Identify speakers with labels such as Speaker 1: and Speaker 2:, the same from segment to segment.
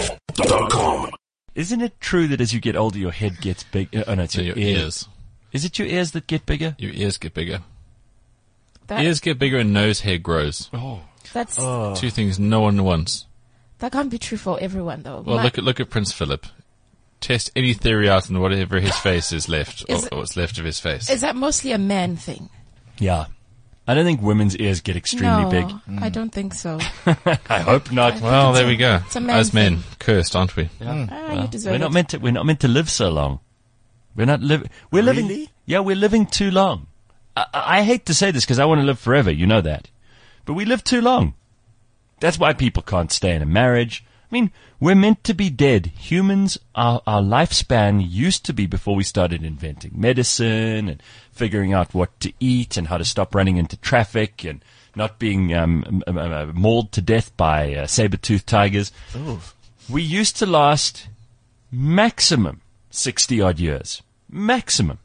Speaker 1: CliffCentral.com.
Speaker 2: Isn't it true that as you get older, your head gets big? uh, Oh no, it's
Speaker 3: So
Speaker 2: your,
Speaker 3: your
Speaker 2: ear.
Speaker 3: ears,
Speaker 2: Is it your ears that get bigger?
Speaker 3: your ears get bigger.
Speaker 4: That,
Speaker 3: Ears get bigger and nose hair grows.
Speaker 2: Oh,
Speaker 4: that's,
Speaker 3: Two things no one wants.
Speaker 4: that can't be true for everyone though.
Speaker 3: Well,
Speaker 4: My-
Speaker 3: look at look at Prince Philip. Test any theory out on whatever his face is left,
Speaker 4: Is
Speaker 3: or,
Speaker 4: it-
Speaker 3: or what's left of his face.
Speaker 4: is that mostly a man thing?
Speaker 2: yeah. I don't think women's ears get extremely
Speaker 4: no,
Speaker 2: big.
Speaker 4: I don't think so.
Speaker 2: I hope not.
Speaker 3: Mm. Well, there we go.
Speaker 4: a man
Speaker 3: As men, cursed, aren't we?
Speaker 4: Ah, you deserve
Speaker 2: We're not
Speaker 4: it.
Speaker 2: meant to. We're not meant to live so long. We're not live. We're living.
Speaker 1: Really?
Speaker 2: Yeah, we're living too long. I, I I hate to say this because I want to live forever. You know that, but we live too long. That's why people can't stay in a marriage. I mean, we're meant to be dead. Humans, our, our lifespan used to be before we started inventing medicine and figuring out what to eat and how to stop running into traffic and not being um, um, um, uh, mauled to death by uh, saber-toothed tigers. We used to last maximum 60 odd years. Maximum.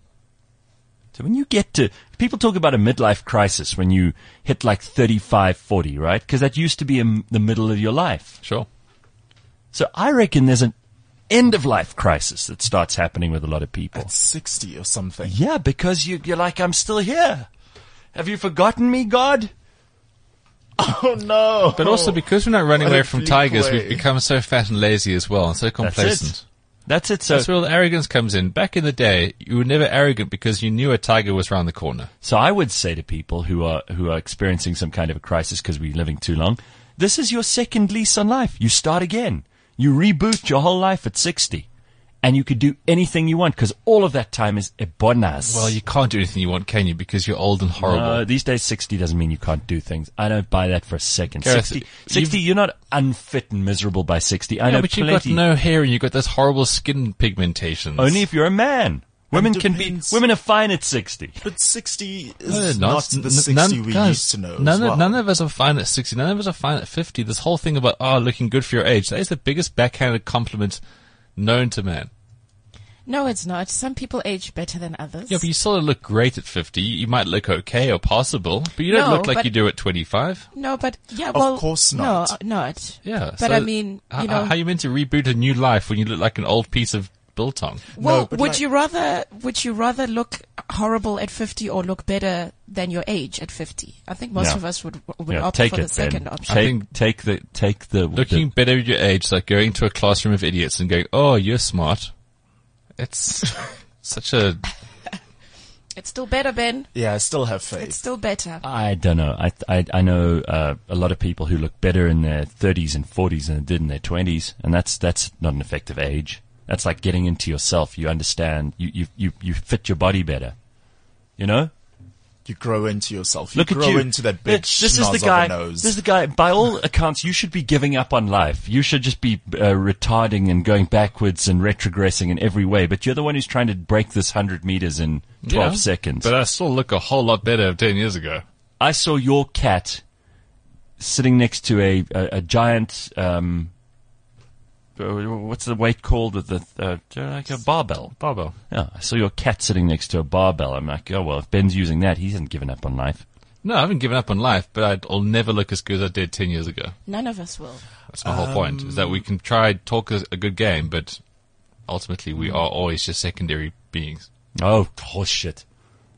Speaker 2: So when you get to, people talk about a midlife crisis when you hit like 35, 40, right? Because that used to be in the middle of your life.
Speaker 3: Sure.
Speaker 2: So I reckon there's an end of life crisis that starts happening with a lot of people.
Speaker 1: At 60 or something.
Speaker 2: yeah, because you, you're like, I'm still here. Have you forgotten me, God?
Speaker 1: Oh no!
Speaker 3: But also because we're not running
Speaker 1: what
Speaker 3: away
Speaker 1: a
Speaker 3: from
Speaker 1: bleak
Speaker 3: tigers,
Speaker 1: way.
Speaker 3: we've become so fat and lazy as well, and so
Speaker 2: That's
Speaker 3: complacent.
Speaker 2: it. That's it. So,
Speaker 3: That's where all the arrogance comes in. Back in the day, you were never arrogant because you knew a tiger was round the corner.
Speaker 2: So I would say to people who are who are experiencing some kind of a crisis because we're living too long, this is your second lease on life. You start again. You reboot your whole life at 60. And you could do anything you want because all of that time is a bonus.
Speaker 3: Well, you can't do anything you want, can you? Because you're old and horrible.
Speaker 2: No, these days 60 doesn't mean you can't do things. I don't buy that for a second.
Speaker 3: Gareth,
Speaker 2: 60,
Speaker 3: you've-
Speaker 2: 60 you're not unfit and miserable by 60. I
Speaker 3: yeah,
Speaker 2: know
Speaker 3: but you've got
Speaker 2: plenty.
Speaker 3: no hair and you've got those horrible skin pigmentations.
Speaker 2: Only if you're a man. Women can be,
Speaker 1: depends-
Speaker 2: women are fine at 60.
Speaker 1: But 60
Speaker 3: No, they're
Speaker 1: is not,
Speaker 3: N-
Speaker 1: the
Speaker 3: n-
Speaker 1: 60
Speaker 3: none-
Speaker 1: we
Speaker 3: guys,
Speaker 1: used to know.
Speaker 3: None,
Speaker 1: as well.
Speaker 3: of, none of us are fine at 60. None of us are fine at 50. This whole thing about, oh, looking good for your age, that is the biggest backhanded compliment known to man.
Speaker 4: No, it's not. Some people age better than others.
Speaker 3: Yeah, but you still look great at 50. You might look okay or passable, but you don't
Speaker 4: No,
Speaker 3: look like
Speaker 4: but-
Speaker 3: you do at 25.
Speaker 4: no, but yeah, well,
Speaker 1: course not.
Speaker 4: No, uh, not.
Speaker 3: Yeah.
Speaker 4: but
Speaker 3: so
Speaker 4: I mean,
Speaker 3: h-
Speaker 4: you know,
Speaker 3: how are you meant to reboot a new life when you look like an old piece of biltong?
Speaker 4: well,
Speaker 1: but
Speaker 4: would
Speaker 1: like-
Speaker 4: you rather would you rather look horrible at fifty or look better than your age at fifty? I think most
Speaker 2: Yeah.
Speaker 4: of us would would
Speaker 2: Yeah,
Speaker 4: opt
Speaker 2: take
Speaker 4: for
Speaker 2: it,
Speaker 4: the second
Speaker 2: ben.
Speaker 4: option.
Speaker 2: Take,
Speaker 3: think-
Speaker 2: take the, take the,
Speaker 3: Looking better at your age is like going to a classroom of idiots and going, oh, you're smart. It's such a,
Speaker 4: It's still better, Ben.
Speaker 1: Yeah, I still have faith.
Speaker 4: It's still better.
Speaker 2: I don't know. I I, I know uh, a lot of people who look better in their 30s and 40s than they did in their 20s, and that's that's not an effective age. That's like getting into yourself. You understand. You you you, you fit your body better. You know.
Speaker 1: you grow into yourself. You
Speaker 2: Look
Speaker 1: grow
Speaker 2: at you.
Speaker 1: into that big
Speaker 2: This- this is
Speaker 1: schnoz
Speaker 2: the
Speaker 1: of a
Speaker 2: guy.
Speaker 1: nose.
Speaker 2: This is the guy. By all accounts, you should be giving up on life. You should just be uh, retarding and going backwards and retrogressing in every way. But you're the one who's trying to break this hundred meters in 12
Speaker 3: Yeah.
Speaker 2: seconds.
Speaker 3: but I still look a whole lot better 10 years ago.
Speaker 2: I saw your cat sitting next to a a, a giant. Um, uh, what's the weight called? With the uh, like a barbell.
Speaker 3: Bobo.
Speaker 2: Yeah, I saw your cat sitting next to a barbell. I'm like, oh well, if Ben's using that, he hasn't given up on life.
Speaker 3: No, I haven't given up on life, but I'd, I'll never look as good as I did 10 years ago.
Speaker 4: None of us will.
Speaker 3: That's my whole point, is that we can try and talk a, a good game, but ultimately we are always just secondary beings.
Speaker 2: Oh, horseshit!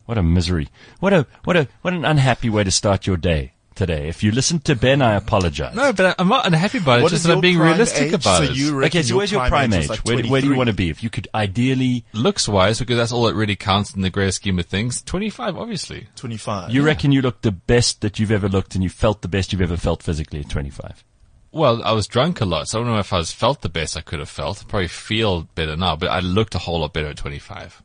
Speaker 2: What a misery! What a what a what an unhappy way to start your day today. If you listened to Ben, I apologize.
Speaker 3: No, but I, I'm not unhappy about it,
Speaker 1: What
Speaker 3: just
Speaker 1: is
Speaker 3: that I'm
Speaker 1: your
Speaker 3: being
Speaker 1: prime
Speaker 3: realistic
Speaker 1: age?
Speaker 3: about
Speaker 1: so
Speaker 3: it.
Speaker 1: You
Speaker 2: Okay,
Speaker 1: reckon
Speaker 2: so where's your prime age?
Speaker 1: was like
Speaker 2: where, where do you
Speaker 1: 23?
Speaker 2: want to be? If you could ideally,
Speaker 3: Looks wise, because that's all that really counts in the greater scheme of things. 25, obviously.
Speaker 1: 25.
Speaker 2: you reckon you looked the best that you've ever looked, and you felt the best you've ever felt physically at 25.
Speaker 3: Well, I was drunk a lot, so I don't know if I was felt the best I could have felt. I probably feel better now, but I looked a whole lot better at 25.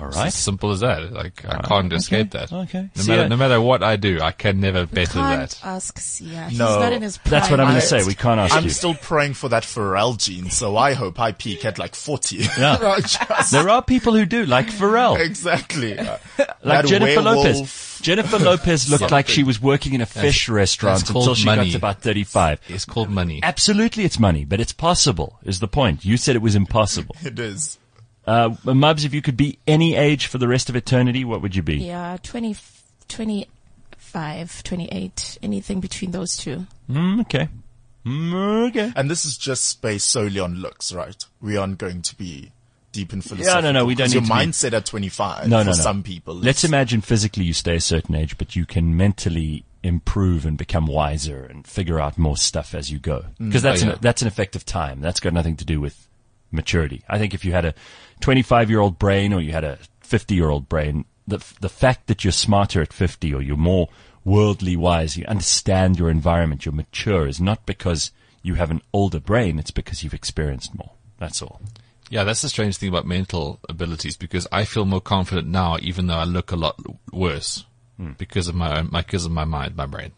Speaker 2: All
Speaker 3: It's as
Speaker 2: right.
Speaker 3: simple as that. Like, I can't escape that.
Speaker 2: okay.
Speaker 3: No,
Speaker 2: See, I-
Speaker 3: matter, no matter what I do, I can never better
Speaker 4: Can't
Speaker 3: that.
Speaker 4: ask Sia. He's
Speaker 1: No.
Speaker 4: not in his prime.
Speaker 2: That's what I'm going
Speaker 1: I-
Speaker 2: to say. We can't ask
Speaker 1: I'm
Speaker 2: you.
Speaker 1: still praying for that Pharrell gene, so I hope I peak at like 40.
Speaker 2: Yeah.
Speaker 1: Not just-
Speaker 2: there are people who do, like Pharrell,
Speaker 1: exactly. Like
Speaker 2: like Jennifer Lopez. Jennifer Lopez looked like she was working in a fish restaurant
Speaker 3: that's called
Speaker 2: until she got
Speaker 3: money.
Speaker 2: to about 35.
Speaker 3: It's called money.
Speaker 2: Absolutely, it's money, but it's possible, is the point. You said it was impossible.
Speaker 1: It is.
Speaker 2: Uh, Mubs, if you could be any age for the rest of eternity, what would you be?
Speaker 4: Yeah, 20, 25, 28, anything between those two.
Speaker 2: Mm, okay. Mm, Okay.
Speaker 1: And this is just based solely on looks, right? We aren't going to be deep in philosophy.
Speaker 2: no, no, we don't
Speaker 1: Your
Speaker 2: need to be-
Speaker 1: mindset at 25
Speaker 2: No,
Speaker 1: for
Speaker 2: no, no.
Speaker 1: some people.
Speaker 2: Let's
Speaker 1: is-
Speaker 2: imagine physically you stay a certain age, but you can mentally improve and become wiser and figure out more stuff as you go.
Speaker 1: Mm.
Speaker 2: Because that's
Speaker 3: Oh, yeah.
Speaker 2: an, that's an effect of time. That's got nothing to do with maturity. I think if you had a 25 year old brain or you had a 50 year old brain, the f- the fact that you're smarter at 50 or you're more worldly wise, you understand your environment, you're mature, is not because you have an older brain. It's because you've experienced more. That's all.
Speaker 3: Yeah, that's the strange thing about mental abilities because I feel more confident now, even though I look a lot worse
Speaker 2: Hmm.
Speaker 3: because of my own, because of my mind, my brain.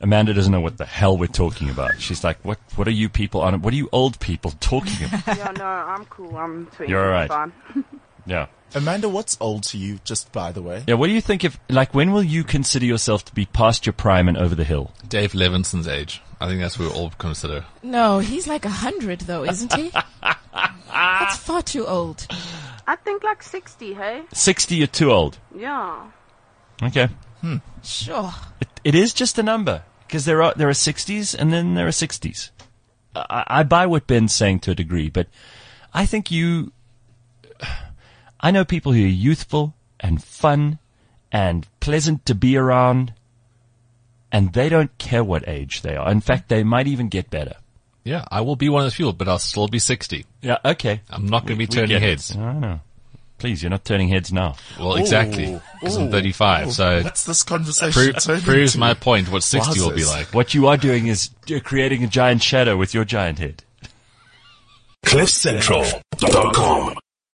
Speaker 2: Amanda doesn't know what the hell we're talking about. She's like, "What? What are you people on? What are you old people talking about?"
Speaker 5: Yeah, no, I'm cool. I'm 20.
Speaker 2: You're all right.
Speaker 5: It's fine.
Speaker 2: yeah,
Speaker 1: Amanda, what's old to you, just by the way?
Speaker 2: yeah. What do you think if, like, when will you consider yourself to be past your prime and over the hill?
Speaker 3: Dave Levinson's age. I think that's what we all consider.
Speaker 4: No, he's like a hundred though, isn't he? That's far too old.
Speaker 5: I think like 60, hey?
Speaker 2: Sixty, you're too old.
Speaker 5: Yeah.
Speaker 2: Okay,
Speaker 4: Sure.
Speaker 2: it, it is just a number because there are there are sixties and then there are sixties. I, I buy what Ben's saying to a degree, but I think you. I know people who are youthful and fun and pleasant to be around, and they don't care what age they are. In fact, they might even get better.
Speaker 3: Yeah, I will be one of those people, but I'll still be 60.
Speaker 2: Yeah, okay.
Speaker 3: I'm not going to be
Speaker 2: We
Speaker 3: turning
Speaker 2: get it.
Speaker 3: heads.
Speaker 2: I know. Please, you're not turning heads now.
Speaker 3: Well, exactly.
Speaker 1: Ooh,
Speaker 3: Because
Speaker 1: ooh,
Speaker 3: I'm 35,
Speaker 1: ooh.
Speaker 3: so
Speaker 1: What's this conversation
Speaker 3: prove,
Speaker 1: turning
Speaker 3: proves
Speaker 1: to?
Speaker 3: my point what 60 will be
Speaker 1: Wowzers.
Speaker 3: like.
Speaker 2: What you are doing is you're creating a giant shadow with your giant head.
Speaker 6: CliffCentral.com.